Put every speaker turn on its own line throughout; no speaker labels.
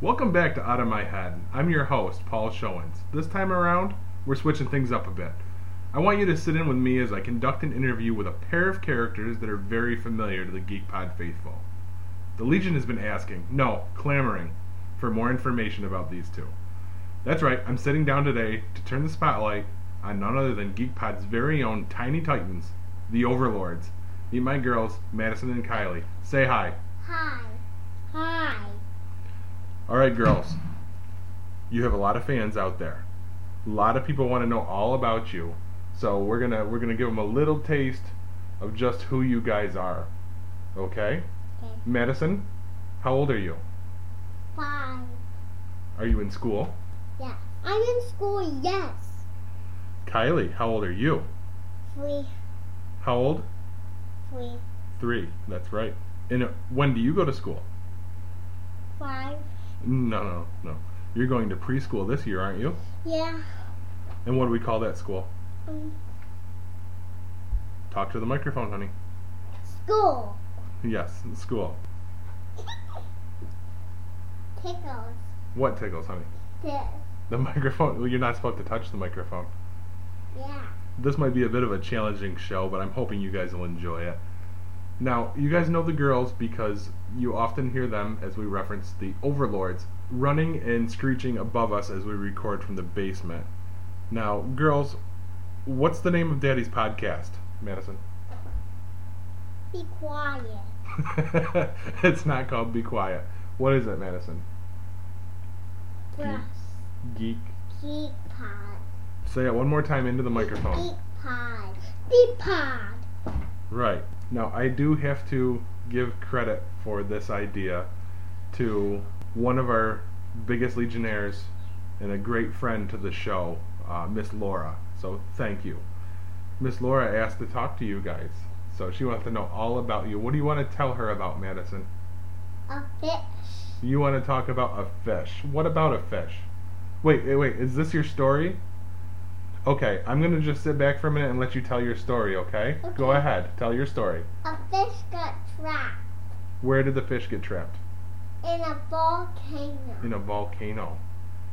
Welcome back to Out of My Head. I'm your host, Paul Showens. This time around, we're switching things up a bit. I want you to sit in with me as I conduct an interview with a pair of characters that are very familiar to the Geek Pod faithful. The Legion has been asking, no, clamoring, for more information about these two. That's right, I'm sitting down today to turn the spotlight on none other than GeekPod's very own Tiny Titans, the Overlords. Meet my girls, Madison and Kylie. Say hi.
Hi. Hi.
All right, girls. You have a lot of fans out there. A lot of people want to know all about you. So we're gonna we're gonna give them a little taste of just who you guys are. Okay?
Okay.
Madison, how old are you?
Five.
Are you in school?
Yeah. I'm in school, yes.
Kylie, how old are you?
Three.
How old?
Three.
Three. That's right. And uh, when do you go to school?
Five.
No, no, no. You're going to preschool this year, aren't you?
Yeah.
And what do we call that school?
Um,
Talk to the microphone, honey.
school.
Yes, school.
Pickles.
What tickles, honey?
This.
The microphone. Well, you're not supposed to touch the microphone.
Yeah.
This might be a bit of a challenging show, but I'm hoping you guys will enjoy it. Now, you guys know the girls because you often hear them as we reference the overlords running and screeching above us as we record from the basement. Now, girls, what's the name of Daddy's podcast, Madison?
Be quiet.
it's not called Be Quiet. What is it, Madison?
Brush.
Geek.
Geek pod.
Say it one more time into the microphone.
Geek pod. Geek pod.
Right. Now, I do have to give credit for this idea to one of our biggest Legionnaires and a great friend to the show, uh, Miss Laura. So, thank you. Miss Laura asked to talk to you guys. So, she wants to know all about you. What do you want to tell her about, Madison?
A fish.
You want to talk about a fish. What about a fish? Wait, eh, wait, wait. Is this your story? Okay, I'm going to just sit back for a minute and let you tell your story, okay? Go
Okay.
ahead. Tell your story.
A fish got trapped
Where did the fish get trapped?
in a volcano.
In a volcano.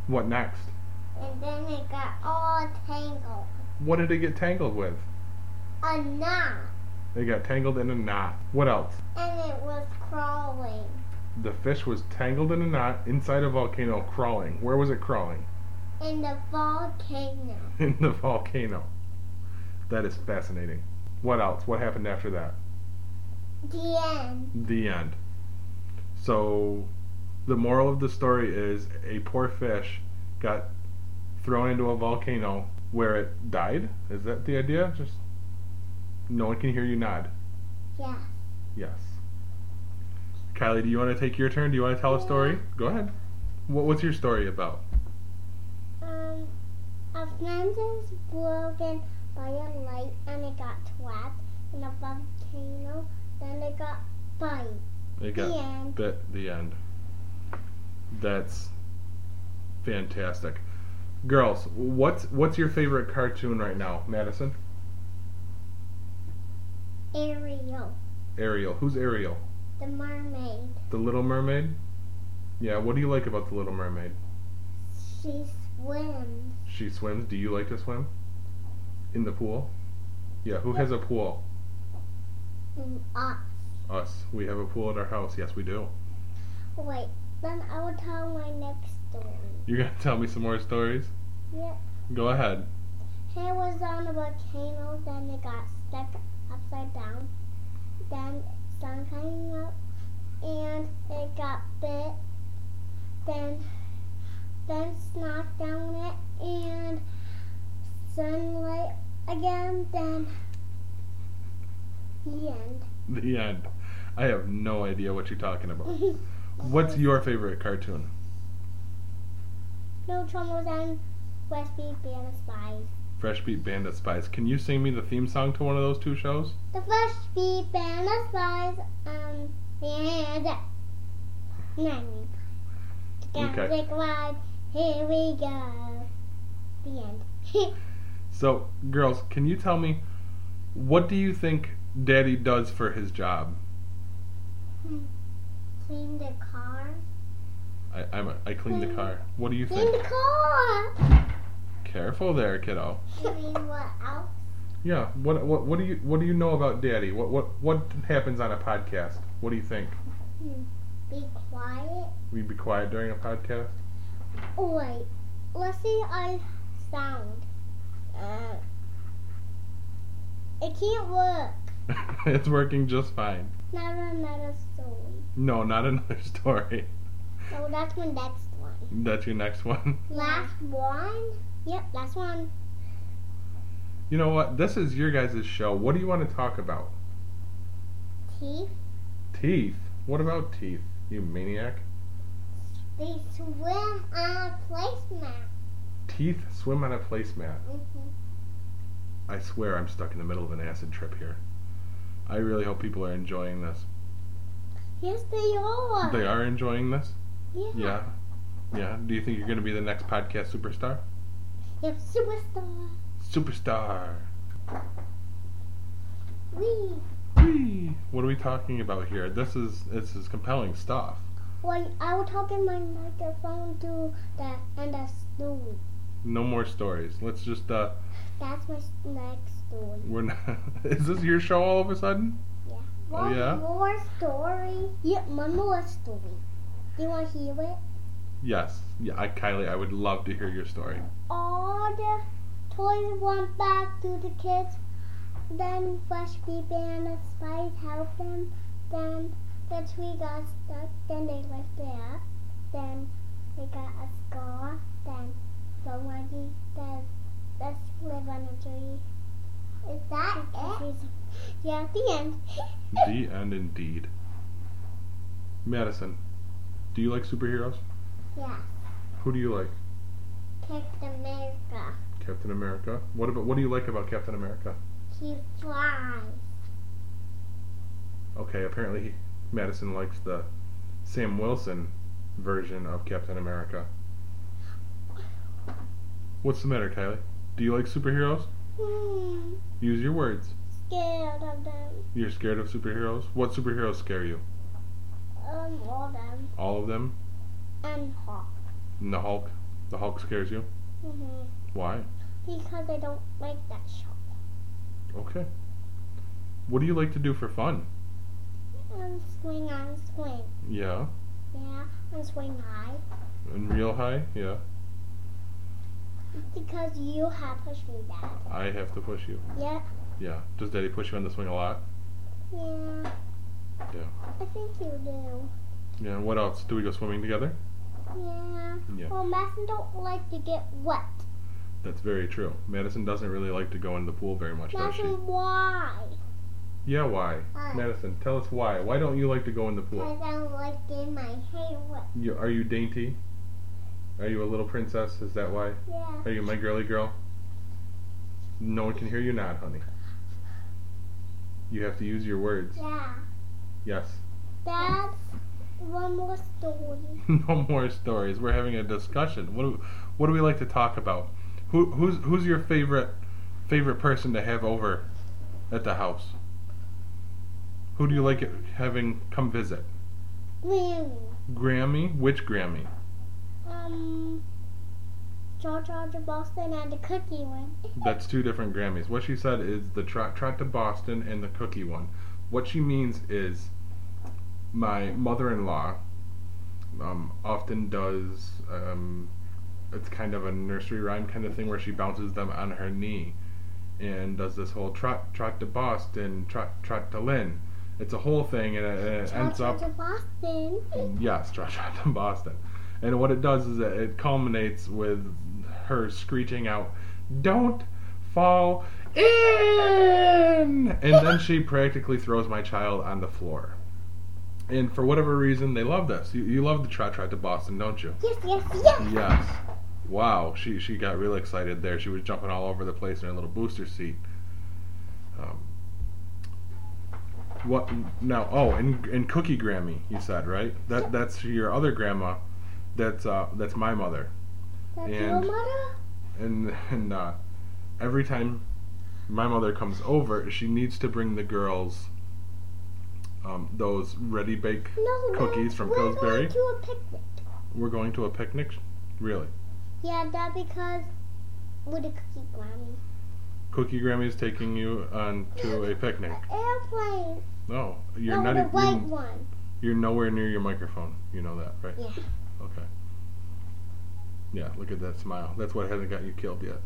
What next?
And then it got all tangled.
What did it get tangled with?
A knot.
It got tangled in a knot. What else?
And it was crawling.
The fish was tangled in a knot inside a volcano crawling. Where was it crawling?
in the volcano.
In the volcano. That is fascinating. What else? What happened after that?
The end.
The end. So, the moral of the story is a poor fish got thrown into a volcano where it died. Is that the idea? Just no one can hear you nod.
Yeah.
Yes. Kylie, do you want to take your turn? Do you want to tell a story? Go ahead. What, what's your story about?
Um, a friend is broken by a light and it got trapped in a volcano. Then it got bite.
It
The end.
bit- the end. That's fantastic. Girls, what's what's your favorite cartoon right now, Madison?
Ariel,
Ariel. Who's Ariel?
the mermaid,
The Little Mermaid? Yeah, what do you like about The Little Mermaid?
she swims.
She swims. Do you like to swim? In the pool? Yeah, who has a pool?
And us.
Us. We have a pool at our house. Yes, we do.
Wait, then I will tell my next story.
You're going to tell me some more stories?
Yep.
Go ahead.
It was on a volcano, then it got stuck upside down. Then sun came up and it got bit. Then then knocked down it and sunlight again, then the end.
The end. I have no idea what you're talking about. What's your favorite cartoon?
no troubles and Westby Banner Spies.
Fresh Beat Bandit Spies. Can you sing me the theme song to one of those two shows?
The first bee banner flies um and nine. Gotta
Okay.
take a ride. Here we go. The end.
So, girls, can you tell me what do you think Daddy does for his job?
Clean the car.
I I I'm a, I cleaned the car. What do you
In
think?
the car.
Careful there, kiddo.
You mean what else?
Yeah. What what what do you what do you know about Daddy? What what what happens on a podcast? What do you think?
Be quiet.
We'd be quiet during a podcast.
Oh, wait. Let's see I sound. Uh, it can't work.
it's working just fine.
Never met a story.
No, not another story.
So that's my next one.
That's your next one.
Last one? Yep, last one.
You know what? This is your guys' show. What do you want to talk about?
Teeth.
Teeth. What about teeth? You maniac.
They swim on a placemat.
Teeth swim on a placemat.
Mm-hmm.
I swear I'm stuck in the middle of an acid trip here. I really hope people are enjoying this.
Yes, they are.
They are enjoying this?
Yeah.
Yeah. Yeah. Do you think you're going to be the next podcast superstar?
Yep, superstar.
Superstar.
We.
Whee! What are we talking about here? This is this is compelling stuff.
Well, I will talk in my microphone to the end of story.
No more stories. Let's just uh
That's my s- next story.
we're not Is this your show all of a sudden?
One
Oh, yeah?
more story. Yep, one more story. Do you want to hear it?
Yes. Yeah, I Kylie, I would love to hear your story.
All the toys went back to the kids. Then Fresh Beep and the spies helped them. Then the tree got stuck. Then they left it up. Then they got a scar. Then the monkey says, let's live on a tree. Is that it? Yeah, the end.
The end indeed. Madison, do you like superheroes?
yeah,
Who do you like?
Captain America.
Captain America. What about what do you like about Captain America?
He flies.
Okay, apparently he, Madison likes the Sam Wilson version of Captain America. What's the matter, Kylie? Do you like superheroes?
Hmm,
Use your words.
scared of them.
You're scared of superheroes? What superheroes scare you?
Um, all them.
All of them?
and hot.
And the Hulk? The Hulk scares you?
hmm
Why?
Because I don't like that shop.
Okay. What do you like to do for fun?
And swing on swing.
Yeah.
Yeah, and swing high.
And real high? Yeah.
Because you have pushed me down.
I have to push you.
Yeah,
Yeah. Does Daddy push you on the swing a lot?
yeah.
Yeah.
I think you do.
Yeah. And what else? Do we go swimming together?
Yeah.
Yeah.
Well, Madison don't like to get wet.
That's very true. Madison doesn't really like to go in the pool very much, does she?
Madison, why?
Yeah, why?
Why?
Madison, tell us why. Why don't you like to go in the pool?
Because I don't like getting my hair wet.
You, are you dainty? Are you a little princess? Is that why?
Yeah.
Are you my girly girl? No one can hear you nod, honey. You have to use your words.
Yeah.
Yes.
That's one more story.
no more stories. We're having a discussion. What do, what do we like to talk about? Who, who's who's your favorite favorite person to have over at the house? Who do you like it, having come visit?
Really?
Grammy? Which Grammy?
Um, George Roger Boston and the cookie one.
That's two different Grammys. What she said is the trot, trot to Boston and the cookie one. What she means is my mother in law um, often does, um, it's kind of a nursery rhyme kind of thing where she bounces them on her knee and does this whole trot, trot to Boston, trot, trot to Lynn. It's a whole thing and it, and it ends up.
George Roger Boston.
Yes, Josh from Boston. And what it does is it, it culminates with her screeching out, Don't fall in! And then she practically throws my child on the floor. And for whatever reason, they love this. You, you love the Trot Trot to Boston, don't you?
Yes, yes, yes.
Yes. Wow, she, she got real excited there. She was jumping all over the place in her little booster seat. Um, what now? Oh, and and Cookie Grammy, you said right? That that's your other grandma. That's uh that's my mother.
That's your
And-
mother.
And and uh, every time my mother comes over, she needs to bring the girls um, those ready bake
No,
Cookies
we're,
from
we're
Pillsbury?
Going to a picnic.
We're going to a picnic? Really?
Yeah, that because with a cookie grammy.
Cookie Grammy's taking you on to a picnic.
Airplane.
No, you're
no,
not.
the
e-
white
you're,
one.
you're nowhere near your microphone. You know that, right?
Yeah.
Okay. Yeah, look at that smile. That's what hasn't got you killed yet.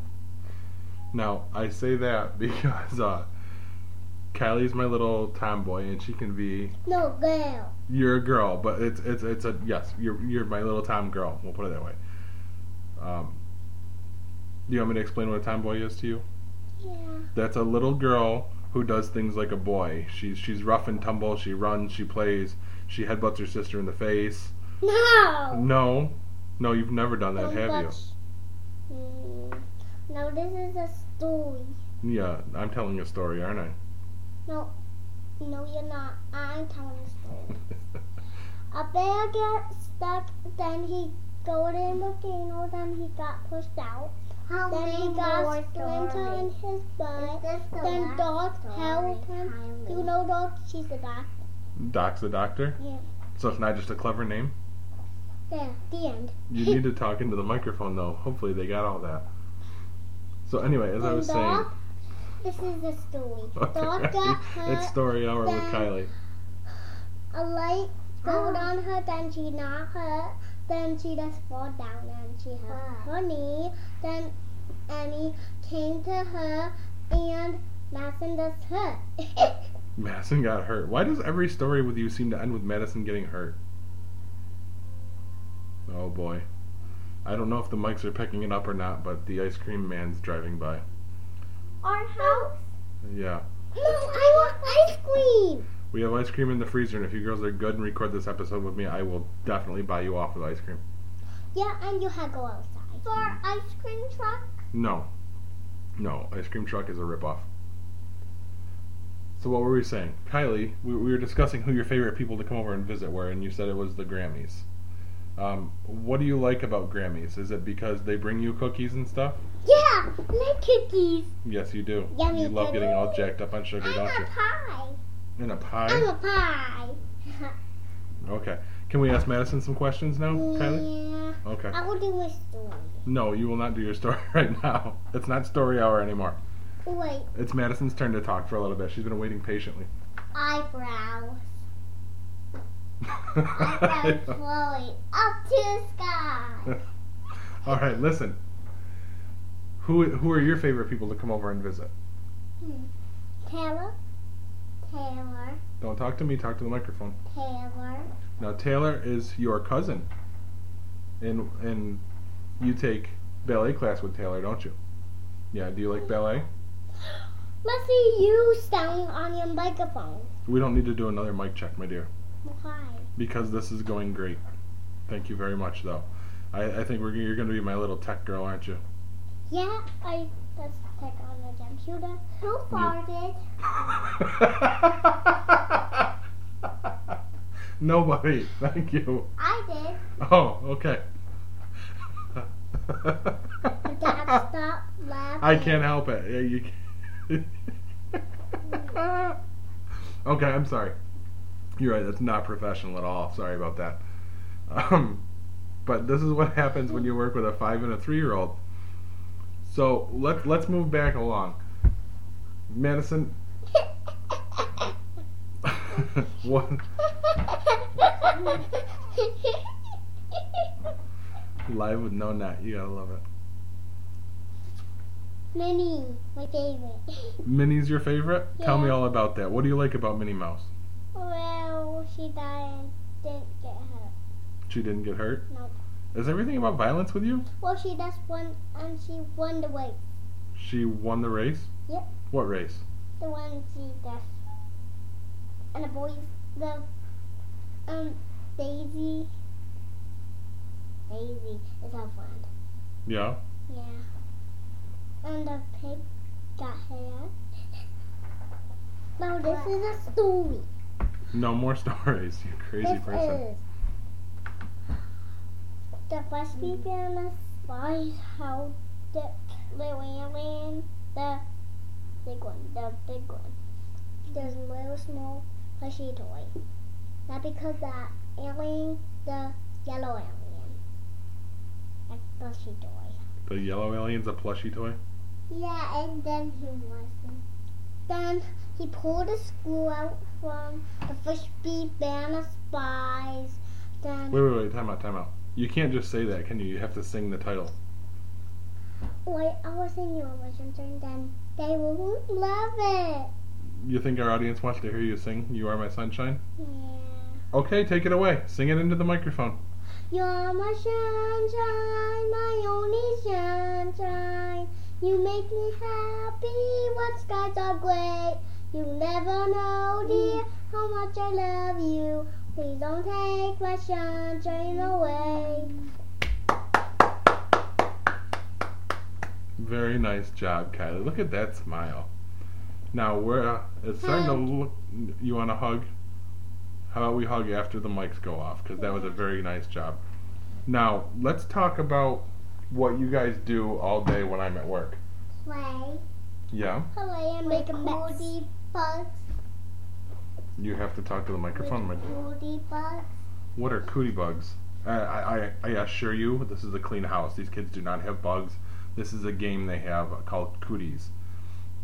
Now, I say that because uh, Kylie's my little tomboy, and she can be.
No, girl.
You're a girl, but it's it's it's a yes. You're you're my little tom girl. We'll put it that way. Um, do you want me to explain what a tomboy is to you?
Yeah.
That's a little girl who does things like a boy. She's she's rough and tumble. She runs. She plays. She headbutts her sister in the face.
No.
No, no, you've never done
Oh,
that, have
you? Mm, no, this is a story.
you? Yeah, I'm telling a story, aren't I?
No, no, you're not. I'm telling a story. A bear gets stuck, then he goes in the volcano, then he got pushed out.
How
then
many
he got
more
splinter in
stories?
his
Is
butt.
this the
Then
last
Dog helped
story,
him.
Kylie?
You know Dog, she's the guy.
Doc's the doctor,
Yeah.
so it's not just a clever name.
There, the end.
You need to talk into the microphone, though. Hopefully, they got all that. So anyway, as I
And
was saying,
Dog, this is the story. Dog
okay,
got
it's
hurt.
story hour with
then-
Kylie.
A light rolled
Oh.
on her, then she not hurt. Then she just fall down and she hurt
Wow.
her knee. Then Annie came to her and Madison just hurt.
Madison got hurt. Why does every story with you seem to end with Madison getting hurt? Oh boy. I don't know if the mics are picking it up or not, but the ice cream man's driving by.
Our house.
Yeah.
No, I want ice cream.
We have ice cream in the freezer, and if you girls are good and record this episode with me, I will definitely buy you off with ice cream.
Yeah, and you had to go outside. For ice cream truck?
No. No, ice cream truck is a ripoff. So what were we saying? Kylie, we, we were discussing who your favorite people to come over and visit were, and you said it was the Grammys. Um, what do you like about Grammys? Is it because they bring you cookies and stuff?
Yeah, like cookies.
Yes, you do.
Yummy
you love getting all jacked up on sugar,
I'm
don't
a
you?
pie.
And a
I'm
pie.
a pie.
Okay. Can we ask Madison some questions now, Kylie?
Yeah.
Okay.
I will do a story.
No, you will not do your story right now. It's not story hour anymore.
Wait,
It's Madison's turn to talk for a little bit. She's been waiting patiently.
eyebrow. Eyebrow flowing up to the sky.
All right, listen. Who who are your favorite people to come over and visit?
Taylor, Taylor,
Don't talk to me. Talk to the microphone.
Taylor.
Now Taylor is your cousin, and and you take ballet class with Taylor, don't you? Yeah. Do you like ballet?
Let's see you sound on your microphone.
We don't need to do another mic check, my dear,
Why?
because this is going great. Thank you very much, though. I, I think we're you're going to be my little tech girl, aren't you?
Yeah, I just click on the computer. Who farted?
Nobody. Thank you.
I did.
Oh, okay.
But Dad stopped laughing.
I can't help it. Yeah, you can't. okay, I'm sorry. You're right. That's not professional at all. Sorry about that. Um, but this is what happens when you work with a five and a three year old. So let let's move back along. Madison, what? Live with no net. You gotta love it.
Minnie, my favorite.
Minnie's your favorite. Tell me
Yeah.
all about that. What do you like about Minnie Mouse?
Well, she died and didn't get hurt.
She didn't get hurt.
Nope.
Is everything about violence with you?
Well, she just won, and she won the race.
She won the race.
Yep.
What race?
The one she just. And the boys, the um Daisy. Daisy is her friend.
Yeah.
Yeah. And the pig got hair. No, this is a story.
No more stories. You crazy
this
person.
is the first people in the spies how the Lillian, the big one, the big one. There's a little small Hershey toy. Not because the alien, the yellow alien. plushie toy.
The yellow alien's a plushie toy.
Yeah, and then he wasn't. Then he pulled a screw out from the fish beak band of spies. Then
Wait, wait, wait. Time out. Time out. You can't just say that, can you? You have to sing the title.
wait, I was in Eurovision, and then they will love it.
You think our audience wants to hear you sing "You Are My Sunshine"?
Yeah.
Okay, take it away. Sing it into the microphone.
You're my sunshine, my only sunshine. You make me happy when skies are gray. You never know, dear, how much I love you. Please don't take my sunshine away.
Very nice job, Kylie. Look at that smile. Now we're uh, it's starting to
Hug.
look. You want a hug? How about we hug after the mics go off? Because that was a very nice job. Now let's talk about what you guys do all day when I'm at work.
Play,
Yeah,
play, and make a moody bugs.
you have to talk to the microphone. My dear.
Moody bugs.
What are cootie bugs? I, I I I assure you, this is a clean house. These kids do not have bugs. This is a game they have called cooties,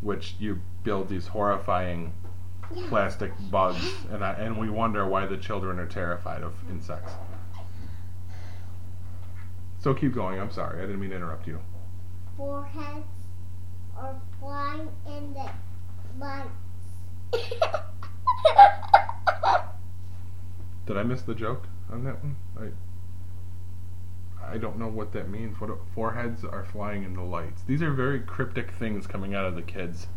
which you build these horrifying plastic bugs, and I, and we wonder why the children are terrified of insects. So keep going. I'm sorry, I didn't mean to interrupt you.
Foreheads are flying in the lights.
Did I miss the joke on that one? I I don't know what that means. What foreheads are flying in the lights? These are very cryptic things coming out of the kids.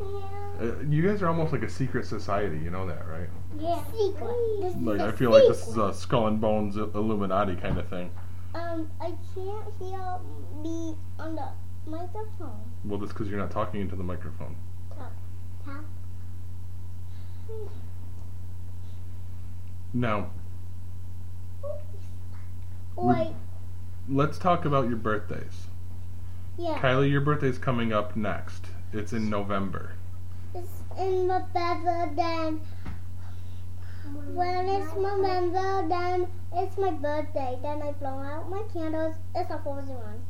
Yeah.
Uh, you guys are almost like a secret society. You know that, right?
Secret. This
Like
is
I
a
feel like this is
secret.
a skull and bones Illuminati kind of thing.
Um, I can't hear me on the microphone.
Well, that's because you're not talking into the microphone.
Tap.
Now,
Wait.
let's talk about your birthdays.
Yeah.
Kylie, your birthday's coming up next. It's in November.
It's in November then. When it's November then it's my birthday. Then I blow out my candles. It's a frozen one.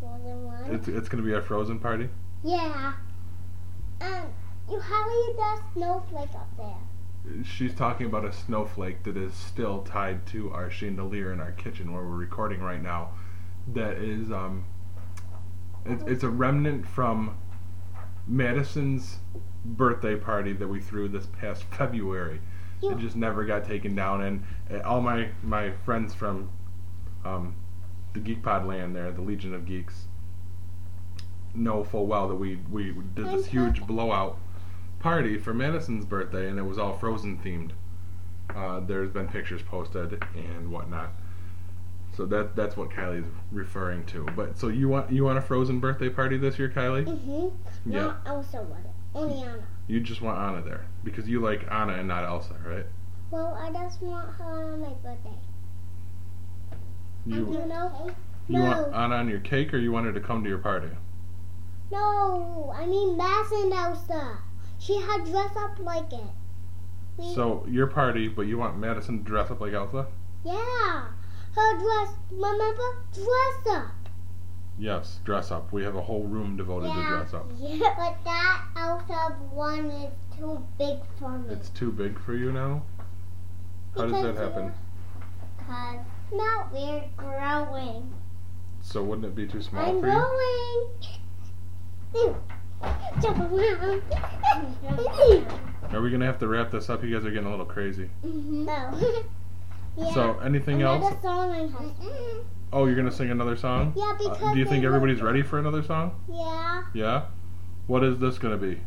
Frozen one.
It's it's gonna be a frozen party.
yeah. And you hardly the snowflake up there.
She's talking about a snowflake that is still tied to our chandelier in our kitchen where we're recording right now. That is um, it's it's a remnant from Madison's birthday party that we threw this past February.
You-
It just never got taken down, and uh, all my my friends from um, the Geek Pod land there, the Legion of Geeks, know full well that we we did this huge blowout party for Madison's birthday, and it was all Frozen themed. Uh, there's been pictures posted and whatnot. So that that's what Kylie's referring to. But so you want you want a Frozen birthday party this year, Kylie?
Mhm.
Yeah.
Not Elsa was it. Only Anna.
You just want Anna there because you like Anna and not Elsa, right?
Well, I just want her on my birthday.
You
you know?
you want uh,
No.
Anna on your cake, or you want her to come to your party?
No, I mean Mass and Elsa. She had dressed up like it. We-
So your party, but you want Madison to dress up like Elsa?
Yeah. Her dress, remember? Dress up.
Yes, dress up. We have a whole room devoted to dress up.
Yeah, but that Elsa one is too big for me.
It's too big for you now. How does that happen?
Because now we're growing.
So wouldn't it be too small
I'm
for you?
growing. Jump around.
Are we gonna have to wrap this up? You guys are getting a little crazy.
No. Oh. yeah.
Mm-hmm. So anything
another
else?
song I have.
Oh, you're gonna sing another song?
Yeah,
Uh,
because
do you think
they
everybody's
look-
ready for another song?
Yeah,
Yeah. What is this gonna be?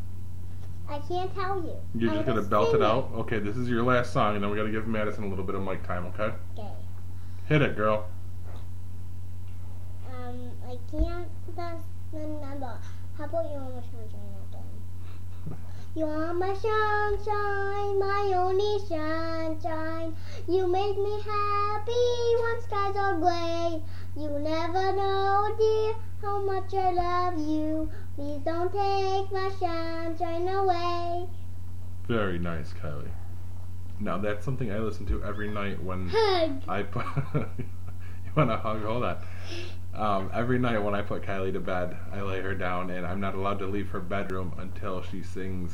I can't tell you.
You're
I'm
just gonna belt
sing
it out. Okay, this is your last song, and then we gotta give Madison a little bit of mic time. Okay.
Okay.
Hit it, girl.
Um, I can't that's the number. How about you on my sunshine again? You're my sunshine, my only sunshine. You make me happy when skies are gray. You never know, dear, how much I love you. Please don't take my sunshine away.
Very nice, Kylie. Now that's something I listen to every night when
Hug.
I put. you want to hug? Hold on. Um, every night when I put Kylie to bed, I lay her down, and I'm not allowed to leave her bedroom until she sings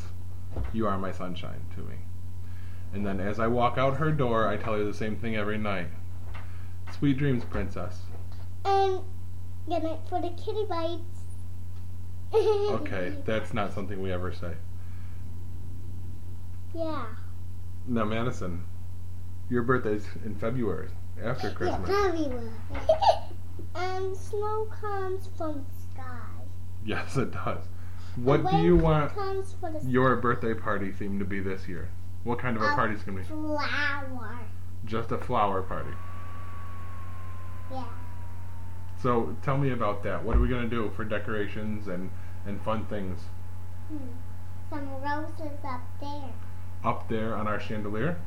"You Are My Sunshine" to me. And then as I walk out her door, I tell her the same thing every night: "Sweet dreams, princess."
And good night for the kitty bites.
Okay, that's not something we ever say.
Yeah.
Now, Madison, your birthday's in February, after Christmas.
Yeah, everywhere. and snow comes from the sky.
Yes, it does. What do
Rain
you want
Comes from the
your birthday party theme to be this year? What kind of a
A
party's gonna be?
flower.
Just a flower party.
Yeah.
So tell me about that. What are we gonna do for decorations and and fun things
Hmm. Some roses up there.
up there on our chandelier?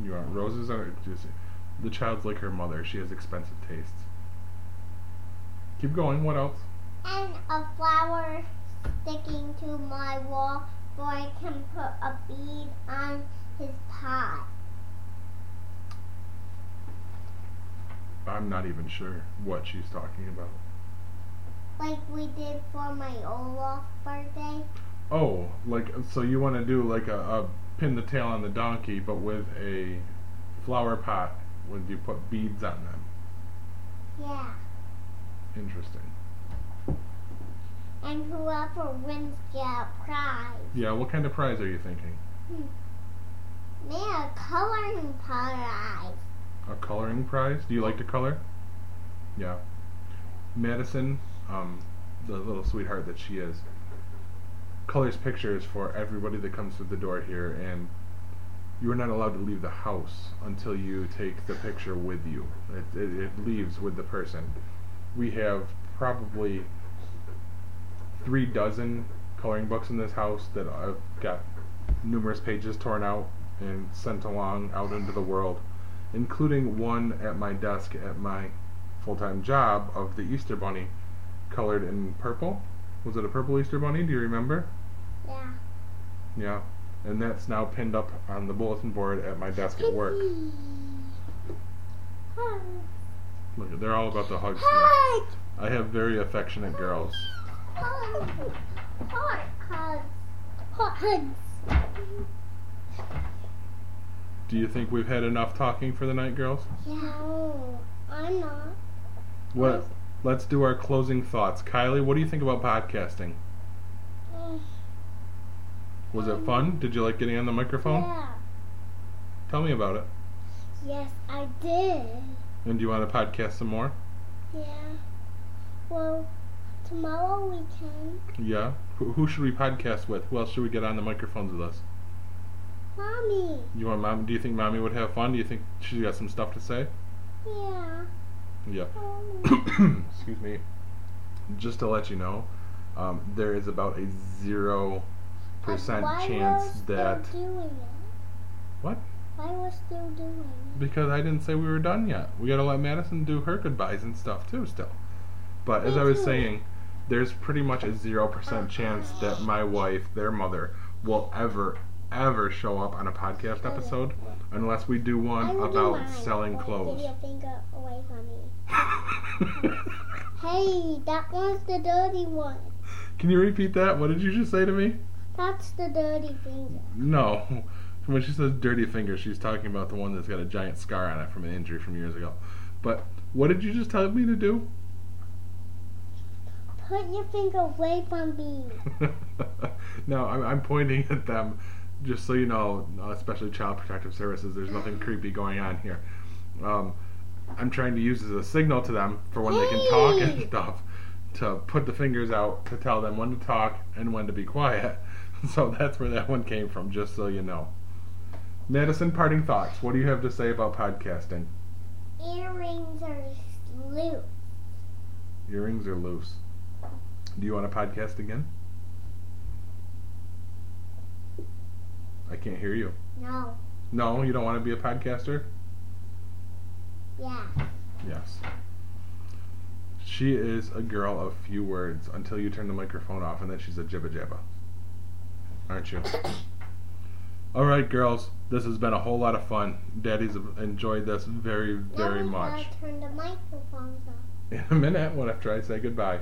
You want roses on just the child's like her mother. She has expensive tastes. Keep going. What else?
And a flower sticking to my wall where I can put a bead on his pot.
I'm not even sure what she's talking about.
Like we did for my Olaf birthday.
Oh, like so you want to do like a, a pin the tail on the donkey, but with a flower pot when you put beads on them.
Yeah.
Interesting.
And whoever wins get a prize.
Yeah, what kind of prize are you thinking?
May a coloring prize.
A coloring prize? Do you like to color? Yeah. Madison, um, the little sweetheart that she is, colors pictures for everybody that comes through the door here, and you are not allowed to leave the house until you take the picture with you. It, it, it leaves with the person. We have probably three dozen coloring books in this house that I've got numerous pages torn out and sent along out into the world including one at my desk at my full-time job of the Easter bunny colored in purple. Was it a purple Easter bunny? Do you remember?
Yeah.
Yeah. And that's now pinned up on the bulletin board at my desk at work.
Hug.
Look, they're all about the hugs. Now.
Hug.
I have very affectionate girls.
Hug. Hot hugs. Hot hugs.
Do you think we've had enough talking for the night, girls?
Yeah. No, I'm not.
What? Let's do our closing thoughts. Kylie, what do you think about podcasting?
Mm,
Was it fun? Did you like getting on the microphone?
Yeah.
Tell me about it.
Yes, I did.
And do you want to podcast some more?
Yeah. Well, tomorrow we can.
Yeah. Who, who should we podcast with? Who else should we get on the microphones with us?
Mommy.
You want mom? Do you think mommy would have fun? Do you think she's got some stuff to say?
Yeah.
Yeah.
Mommy.
Excuse me. Just to let you know, um, there is about a zero
But
percent
why
chance
we're
that
Still doing it?
What?
Why we're still doing it?
because I didn't say we were done yet. We gotta let Madison do her goodbyes and stuff too. Still. But as
Me
I was
too.
saying, there's pretty much a zero percent chance that my wife, their mother, will ever ever show up on a podcast episode unless we do
I
one
will do
Um, about
mine.
selling
Don't Get
clothes.
your finger away from me. Hey, that one's the dirty one.
Can you repeat that? What did you just say to me?
That's the dirty finger.
No. When she says dirty finger, she's talking about the one that's got a giant scar on it from an injury from years ago. But what did you just tell me to do?
Put your finger away from me.
no, I'm, I'm pointing at them, just so you know, especially Child Protective Services, there's nothing creepy going on here. Um, I'm trying to use as a signal to them for when they can talk and
Hey!
stuff to put the fingers out to tell them when to talk and when to be quiet. So that's where that one came from, just so you know. Madison, parting thoughts. What do you have to say about podcasting?
Earrings are loose.
Earrings are loose. Do you want to podcast again? I can't hear you.
No.
No, you don't want to be a podcaster?
Yeah.
Yes. She is a girl of few words until you turn the microphone off and then she's a jibba jabba. Aren't you? All right, girls. This has been a whole lot of fun. Daddy's enjoyed this very, very
now
much.
we gotta turn the microphones off.
In a minute, when after I say goodbye.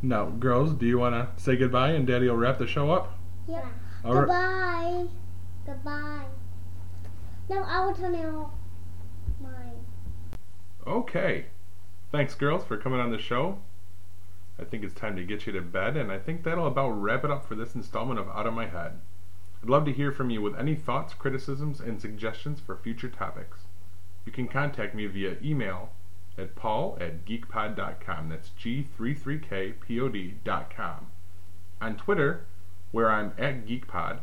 Now, girls, do you want to say goodbye and Daddy will wrap the show up?
Yep.
All right.
Goodbye. Goodbye. No, I will turn it off. Mine.
Okay. Thanks, girls, for coming on the show. I think it's time to get you to bed, and I think that'll about wrap it up for this installment of Out of My Head. I'd love to hear from you with any thoughts, criticisms, and suggestions for future topics. You can contact me via email at paul at geekpod.com. That's G33KPOD.com. On Twitter, where I'm at geekpod,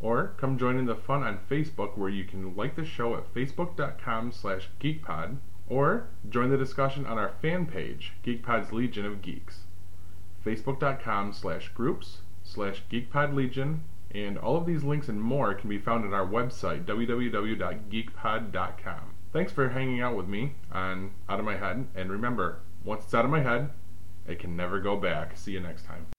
or come join in the fun on Facebook where you can like the show at facebook.com slash geekpod or join the discussion on our fan page, Geekpod's Legion of Geeks. Facebook.com slash groups slash Geekpod Legion and all of these links and more can be found at our website, www.geekpod.com. Thanks for hanging out with me on Out of My Head and remember, once it's out of my head, it can never go back. See you next time.